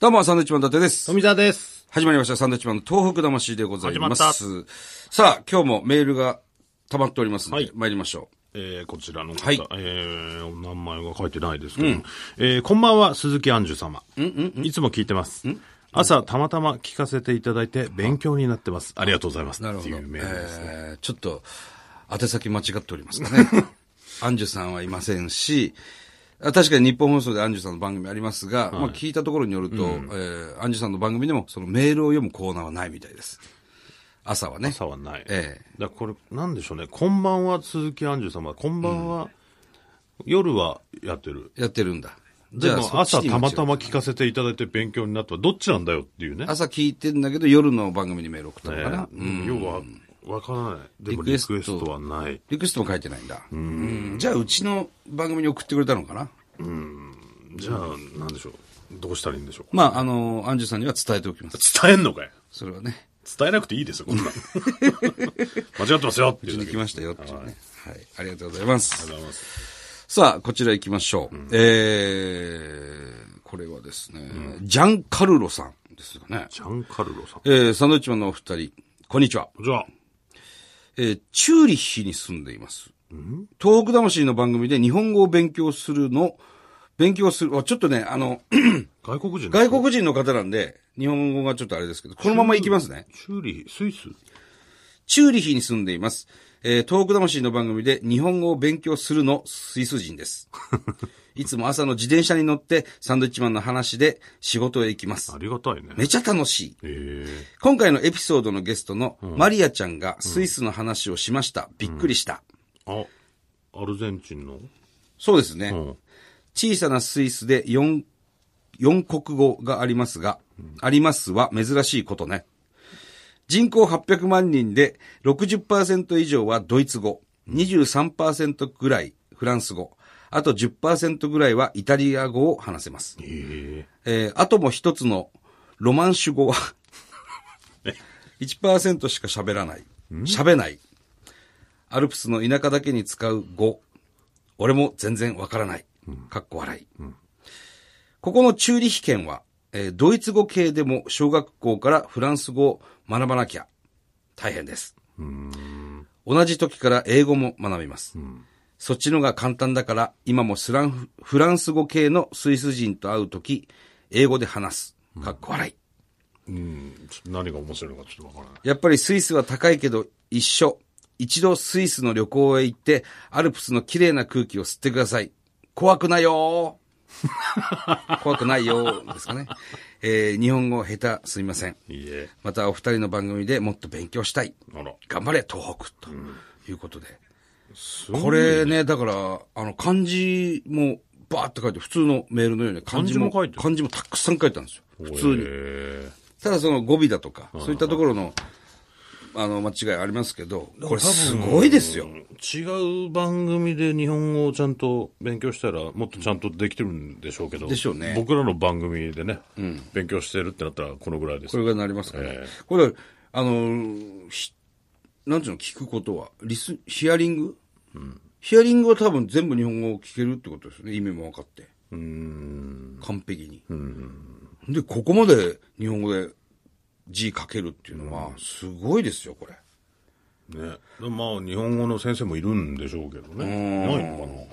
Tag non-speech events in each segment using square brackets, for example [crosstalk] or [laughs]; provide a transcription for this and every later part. どうも、サンドウィッチマン伊達です。富澤です。始まりました、サンドウィッチマンの東北魂でございます。始さあ、今日もメールが溜まっておりますので、はい参りましょえー、こちらの方、はいえー、お名前が書いてないですけど、えー、こんばんは、鈴木杏樹様。いつも聞いてます。朝、たまたま聞かせていただいて、勉強になってます。ありがとうございます。う。なるっほてど。いうメールです。えーちょっと、宛先間違っておりますか [laughs] ね。アンジュさんはいませんし、あ確かに日本放送でアンジュさんの番組ありますが、まあ聞いたところによると、えーアンジュさんの番組でもそのメールを読むコーナーはないみたいです。朝はね。朝はない。ええだからこれ、なんでしょうね。こんばんは、鈴木杏樹様。こんばんは、夜はやってる。やってるんだ。でも、そ朝、っちに間た違まえたま聞かせていただいて勉強になった。どっちなんだよっていうね。朝聞いてんだけど、夜の番組にメール送ったえのかな。ー要は、わからない。でも、リリククエエスストトはない。リクエストも書いてないんだ。うんじゃあ、うちの番組に送ってくれたのかなじゃあ、なんでしょう。どうしたらいいんでしょう。まあ、あの、アンジュさんには伝えておきます。伝えんのかいそれはね、伝えなくていいです [laughs] よ、こんなん。間違ってますよってういちうだにけ来ましたよっていうね。はい。ありがとうございます。ありがとうございますさあ、こちら行きましょう。えー、これはですね、ジャンカルロさんですよね。ジャンカルロさん。えー、サンドウィッチマンのお二人、こんにちは。じゃあ、えーチューリッヒに住んでいます。東北魂の番組で日本語を勉強するの、勉強する、あちょっとね、あの、外国人外国人の方なんで、日本語がちょっとあれですけど、このまま行きますね。チューリー、スイスチューリヒに住んでいます。えー、東北魂の番組で日本語を勉強するのスイス人です。いつも朝の自転車に乗ってサンドイッチマンの話で仕事へ行きますあ。りがたいね。めちゃ楽しい。えー、今回のエピソードのゲストのマリアちゃんがスイスの話をしました。びっくりした。あ、アルゼンチンのそうですね。うん。小さなスイスで4、四国語がありますが、ありますは珍しいことね。人口800万人で60%以上はドイツ語、23%ぐらいフランス語、あと10%ぐらいはイタリア語を話せます。えー、えーあとも一つのロマンシュ語は [laughs] 1%しか喋らない。喋ない。アルプスの田舎だけに使う語。俺も全然わからない。かっこ笑い。ここのチューリヒ県は、えードイツ語系でも小学校からフランス語を学ばなきゃ大変です。同じ時から英語も学びます。そっちのが簡単だから、今もスランフフランス語系のスイス人と会うとき、英語で話す。かっこ笑い。うん、ちょっと何が面白いのかちょっとわからない。やっぱりスイスは高いけど一緒。一度スイスの旅行へ行って、アルプスの綺麗な空気を吸ってください。怖くないよー怖くないよーですかね。えー日本語下手すいません。いいえ。またお二人の番組でもっと勉強したい。あら、頑張れ、東北ということで。すごいこれね、だから、あの、漢字も、バーって書いて、普通のメールのように漢字も、漢字も書いてる漢字もたくさん書いたんですよ。普通に。えただその語尾だとか、そういったところの、あの、間違いありますけど、これすごいですよ。ー違う番組で日本語をちゃんと勉強したら、もっとちゃんとできてるんでしょうけど。でしょうね僕らの番組でね、勉強してるってなったら、このぐらいですこれ。がなりますから、ねええこれ、あの、ひなんていうの、聞くことは、リス、ヒアリング、ヒアリングは多分全部日本語を聞けるってことですよね。意味も分かって。完璧に。で、ここまで日本語で字書けるっていうのは、すごいですよ、これ。ね。でもまあ、日本語の先生もいるんでしょうけどね。ないのかない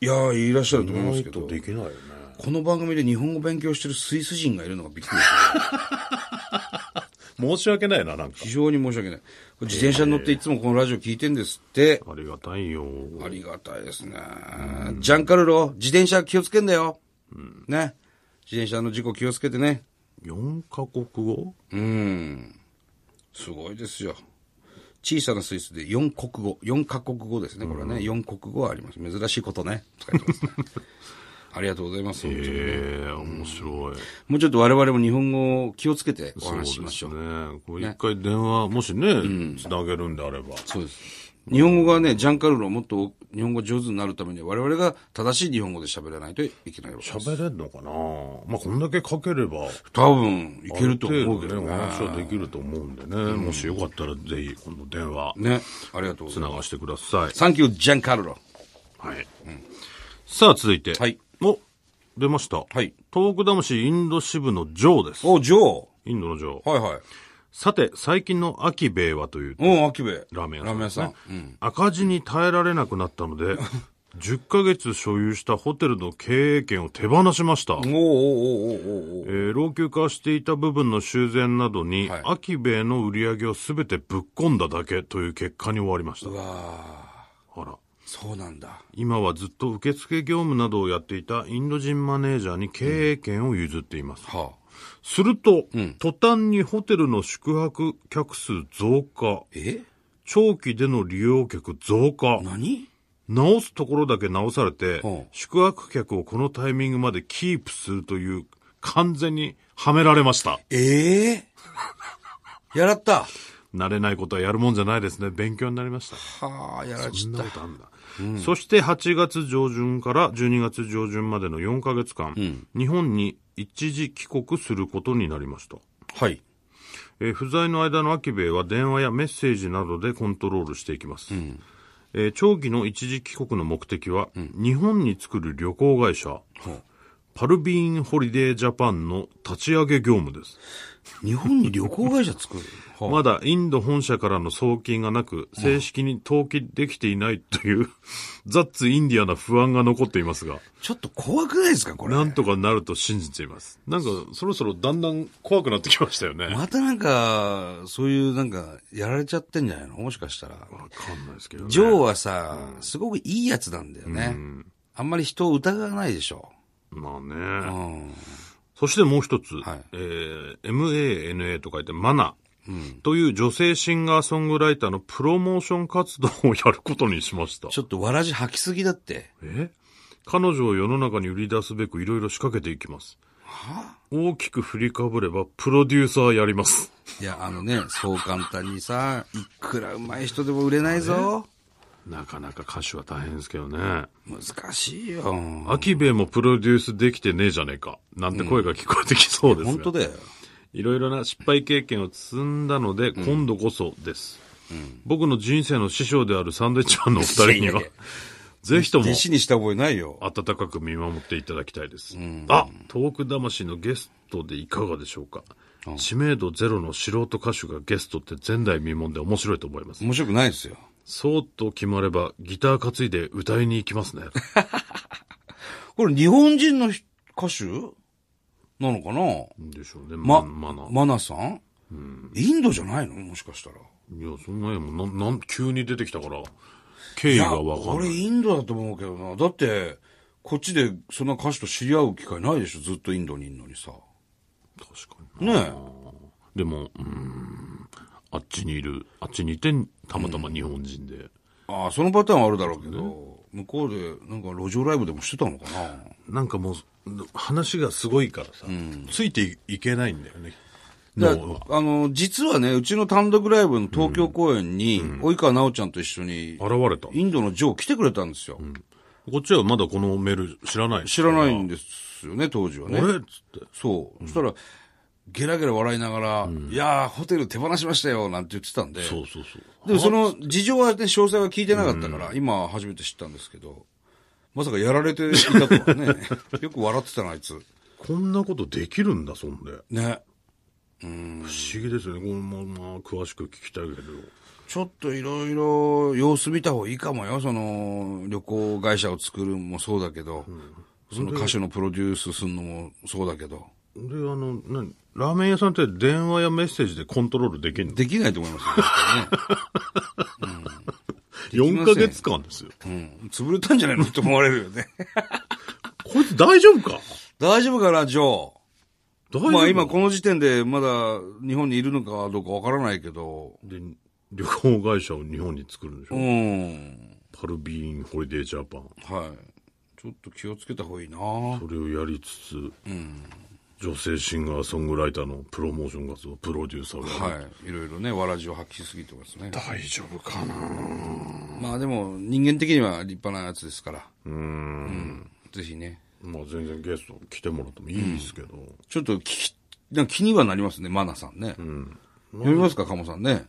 やー、いらっしゃると思いまなすいけどと。できないよね。この番組で日本語勉強してるスイス人がいるのがびっくりした。申し訳ないな、なんか。非常に申し訳ない。これ自転車に乗っていつもこのラジオ聞いてんですって。ありがたいよ。ありがたいですね。ジャンカルロ、自転車気をつけんだよ。ね。自転車の事故気をつけてね。 4カ国語うん。すごいですよ。小さなスイスで4国語、4カ国語ですね。これはね、4国語はあります。珍しいことね。使えて [laughs] ますねありがとうございます。ええ面白い。もうちょっと我々も日本語を気をつけておそうで話ししましすょう。ね。これ一回電話、もしね、つなげるんであれば。そうです。日本語がね、ジャンカルロをもっと日本語上手になるためには我々が正しい日本語で喋らないといけないわけです。喋れんのかなまあ、こんだけ書ければ、多分、いけるとある思うけ程度どね、おね。話はできると思うんでね。もしよかったら、ぜひ、この電話、ね。ありがとうござついまながしてくださいす。。サンキュー、ジャンカルロ。はい。さあ、続いて。はい。お、出ました。はい。東北魂インド支部のジョーです。お、ジョインドのジョー。ー。はいはい。さて、最近の秋兵衛はといううん、秋兵衛。ラーメンラーメ屋さんンで屋すさん。ねうん。赤字に耐えられなくなったの [laughs] で、10ヶ月所有したホテルの経営権を手放しました。おーおーおーおーおーおーえー老朽化していた部分の修繕などに、はい秋兵衛の売り上げを全てぶっ込んだだけという結果に終わりましたう。わあら。ーそうなんだ。今はずっと受付業務などをやっていたインド人マネージャーに経営権を譲っています。はあ。すると、途端にホテルの宿泊客数増加、え長期での利用客増加、何直すところだけ直されて、うん宿泊客をこのタイミングまでキープするという、完全にはめられました。ええやらった。慣れないことはやるもんじゃないですね。勉強になりました。はあ、やらちそっんた。なことあんだ。そして8月上旬から12月上旬までの4ヶ月間、日本に一時帰国することになりました。はい。えー不在の間のアキベイは電話やメッセージなどでコントロールしていきます。えー長期の一時帰国の目的は、日本に作る旅行会社、パルビーンホリデージャパンの立ち上げ業務です。日本に旅行会社作る。はあまだインド本社からの送金がなく、正式に登記できていないと [laughs] いう、ザッツインディアな不安が残っていますが、ちょっと怖くないですか、これ。なんとかなると信じています。なんか、そろそろだんだん怖くなってきましたよね。わまたなんか、そういうなんか、やられちゃってんじゃないのもしかしたら。かんないですけどね。ジョーはさ、すごくいいやつなんだよね。あんまり人を疑わないでしょ。まあうね。ん。そしてもう一つ、はいえー MANA と書いてマナ、という女性シンガーソングライターのプロモーション活動をやることにしました。ちょっとわらじ吐きすぎだって。え彼女を世の中に売り出すべくいろいろ仕掛けていきます。大きく振りかぶればプロデューサーやります。いや、あのね、そう簡単にさ、いくら上手い人でも売れないぞ。なかなか歌手は大変ですけどね。難しいよ。本秋兵衛もプロデュースできてねえじゃねえか。なんて声が聞こえてきそうですが当。だよ。いろいろな失敗経験を積んだので、今度こそです。僕の人生の師匠であるサンドイッチマンのお二人には、ぜひとも弟子にした覚えないよ。温かく見守っていただきたいです。あ、トーク魂のゲストでいかがでしょうか。知名度ゼロの素人歌手がゲストって前代未聞で面白いと思います。面白くないですよ。そうと決まればギター担いで歌いに行きますね。 [laughs] これ日本人のひ歌手なのかなでしょうね。ま、まな。マナさん、インドじゃないのもしかしたら。いや、そんなにもん、なん、なん、急に出てきたから、経緯いがわかんな俺い。インドだと思うけどな。だって、こっちでそんな歌手と知り合う機会ないでしょずっとインドにいるのにさ。確かに。ねえ。でも、うーん、あっちにいる、あっちにいて、たまたま日本人で。ああ、そのパターンはあるだろうけど、向こうでなんか路上ライブでもしてたのかななんかもう、話がすごいからさ、ついていけないんだよね。だ脳はあの、実はね、うちの単独ライブの東京公演に、及川奈緒ちゃんと一緒に、現れた。インドのジョー来てくれたんですよ。こっちはまだこのメール知らない。知らないんですよね、当時はねあ。れっつって。そう。そしたら、ゲラゲラ笑いながら、いやー、ホテル手放しましたよ、なんて言ってたんで。そうそうそう。でもその事情はね、詳細は聞いてなかったから、今初めて知ったんですけど、まさかやられていたと [laughs] はね、よく笑ってたな、あいつ。こんなことできるんだ、そんで。ね。不思議ですよね。このまま詳しく聞きたいけど。ちょっといろいろ様子見た方がいいかもよ。その、旅行会社を作るもそうだけど、その歌手のプロデュースするのもそうだけど、で、あの、何ラーメン屋さんって電話やメッセージでコントロールできるのできないと思いますよ、ね。き ?4 まヶせん月間ですよ。うん。潰れたんじゃないのって思われるよね。こいつ大丈夫か大丈夫かな、ジョ大丈ー。夫まあ今この時点でまだ日本にいるのかどうかわからないけど、で、旅行会社を日本に作るんでしょ、うん。パルビーンホリデージャパン。はい。ちょっと気をつけた方がいいなそれをやりつつ、女性シンガーソングライターのプロモーション活動、プロデューサーが、はい。いろいろね、わらじを発揮しすぎてますね。大丈夫かなまあでも人間的には立派なやつですから。うーん。ぜひね。まあ全然ゲスト来てもらってもいいですけど、ちょっと聞き、なんか気にはなりますね、マナさんね。読みますか、カモさんね。っ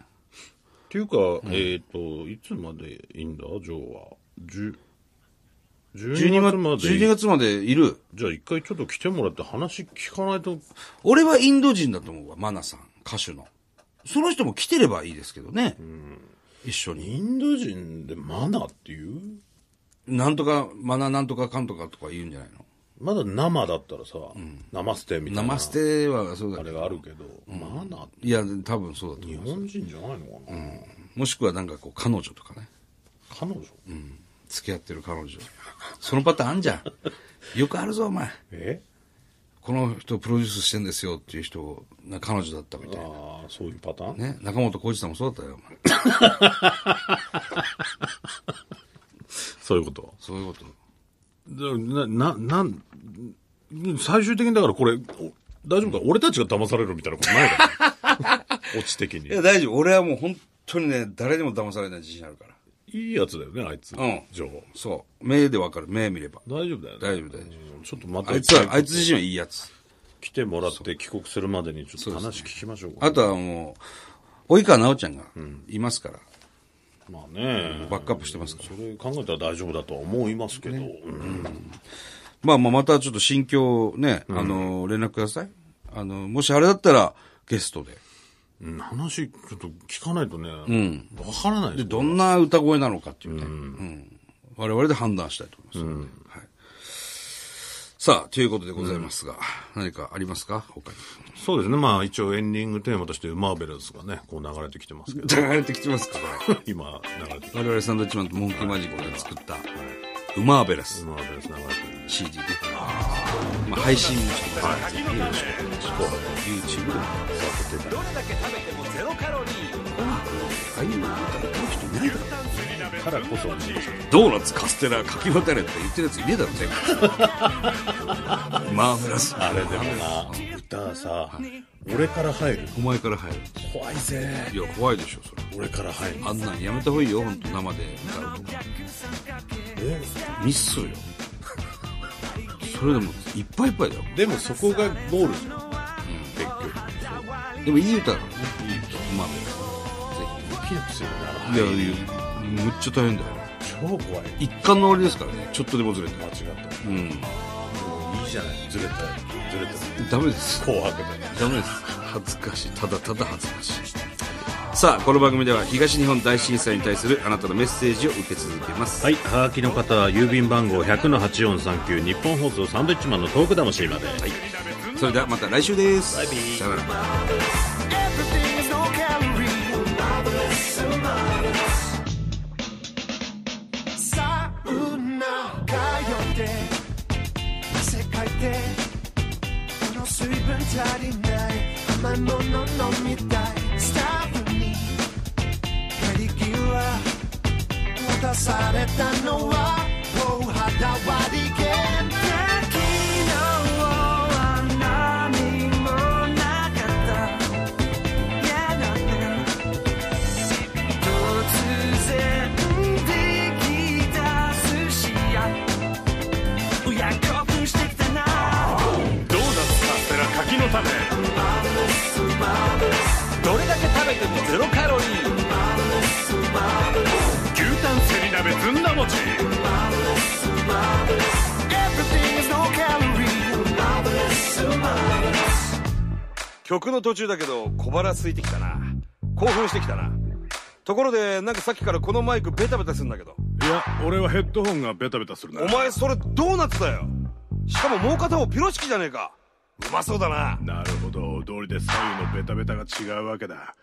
ていうか、えっ、と、いつまでいいんだジョーは。10 12月まで。 12月までいる。じゃあ一回ちょっと来てもらって話聞かないと。俺はインド人だと思うわ、マナさん、歌手の。その人も来てればいいですけどね。一緒に。インド人でマナーっていうなんとか、マナなんとかかんとかとか言うんじゃないのまだ生だったらさ、生捨てみたいな。生捨てはそうだあけれど。があるけど、マナーっていや、多分そうだと日思う。本人じゃないのかな、もしくはなんかこう、彼女とかね。彼女、付き合ってる彼女。そのパターンあんじゃ [laughs] ん。よくあるぞ、お前。えこの人プロデュースしてんですよっていう人を、な彼女だったみたいな。ああ、そういうパターン、ね、中本浩二さんもそうだったよ、お前そういうこと。そういうこと。な、な、なん、最終的にだからこれ、お大丈夫か、俺たちが騙されるみたいなことないから [laughs] オチ的にい。や、大丈夫。俺はもう本当にね、誰にも騙されない自信あるから。いいやつだよね、あいつ。ん情報。そう。目でわかる。目見れば。大丈夫だよね。大丈夫、大丈うんちょっとまた、夫。あいつは、あいつ自身はいいやつ。来てもらって帰国するまでにちょっと話聞きましょうか。あとはもう、及川直ちゃんがいますから、まあね。バックアップしてますから。それ考えたら大丈夫だとは思いますけど。うんまあまあ、またちょっと心境をね、あの、連絡ください。あの、もしあれだったら、ゲストで。うん話、ちょっと聞かないとね。わからないでで、すどんな歌声なのかっていうね。うん。我々で判断したいと思いますので。はい。さあ、ということでございますが、何かありますか他に。そうですね。まあ一応エンディングテーマとしてマーベルズがね、こう流れてきてますけ [laughs] ど。流れてきてますかこれ。今流れてきて我々サンドウィッチマンとモンキーマジックが作った、ウマーベラスマーベルズ流れてるんで。 CD で。まあ、配信もしてます。はい。よろしくお願いします YouTube で。どれだけ食べてもゼロカロリーああいう歌歌う人いないだろ。だからこそなんですよドーナツ、カステラ、かき渡れって言ってるやついねえだろ、全 [laughs] 部。マーベラス。あれでもな、歌さ、俺から入る。お前から入る。怖いぜ。いや、怖いでしょ、それ。俺から入る。あんなんやめた方がいいよ、本当生で歌うとか。えミスするよ。それでも、いっぱいいっぱいだよ。でもそこがゴールじゃん。結局。でもいい歌だからね。いい歌。マーベラス。ドキドキするいや、いやむっちゃ大変だよ。な。超怖い。一貫の終わりですからね、ちょっとでもずれて。間違った。うん。もういいじゃない。ずれた。ずれた。ダメです。紅白で。ダメです。恥ずかしい。ただただ恥ずかしい。さあ、この番組では東日本大震災に対するあなたのメッセージを受け続けます。はい、はがきの方は郵便番号100-8439日本放送サンドイッチマンのトーク魂まで。はいそれではまた来週です。バイビーさよなら。 Everything is no calorie Marvelous Marvelous サウナ通って汗かいてこの水分足りない甘いもの飲みたいスタッフに帰り際渡されたのはお肌割り限定昨日は何もなかった嫌だね突然できた寿司屋いや興奮してきたなドーナツカステラ柿の種どれだけ食べてもゼロカロリー牛タンセリ鍋ずんだ餅 Everything is no calorie Marvelous, marvelous 曲の途中だけど小腹空いてきたな興奮してきたなところでなんかさっきからこのマイクベタベタするんだけどいや俺はヘッドホンがベタベタするなお前それドーナツだよしかももう片方ピロシキじゃねえかうまそうだななるほど通りで左右のベタベタが違うわけだ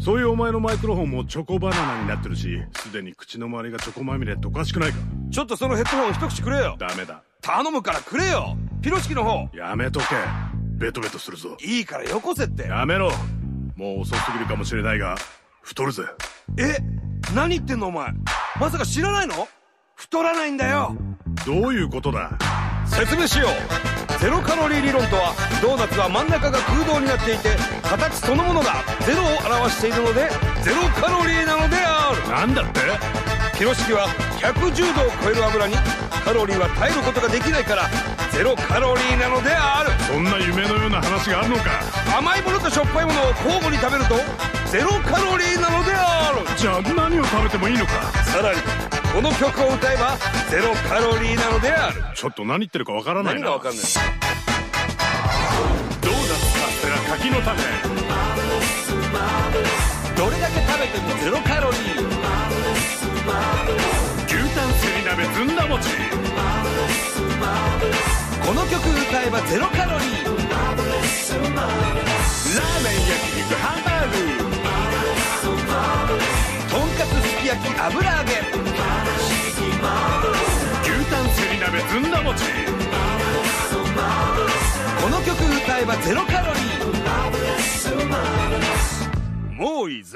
そういうお前のマイクロフォンもチョコバナナになってるしすでに口の周りがチョコまみれっておかしくないかちょっとそのヘッドホン一口くれよダメだ頼むからくれよピロシキの方やめとけベトベトするぞいいからよこせってやめろもう遅すぎるかもしれないが太るぜえ何言ってんのお前まさか知らないの太らないんだよどういうことだ説明しようゼロカロリー理論とはドーナツは真ん中が空洞になっていて形そのものがゼロを表しているのでゼロカロリーなのであるなんだってピロシキは110度を超える油にカロリーは耐えることができないからゼロカロリーなのであるそんな夢のような話があるのか甘いものとしょっぱいものを交互に食べるとゼロカロリーなのであるじゃあ何を食べてもいいのかさらにこの曲を歌えばゼロカロリーなのであるちょっと何言ってるかわからない何ながわかんないドーナツカステラ柿の種どれだけ食べてもゼロカロリー牛タンすり鍋ずんだ餅この曲歌えばゼロカロリーラーメン焼肉ハンバーグとんかつすき焼き油揚げ牛タンすり鍋ずんだ餅この曲歌えばゼロカロリーもういいぜ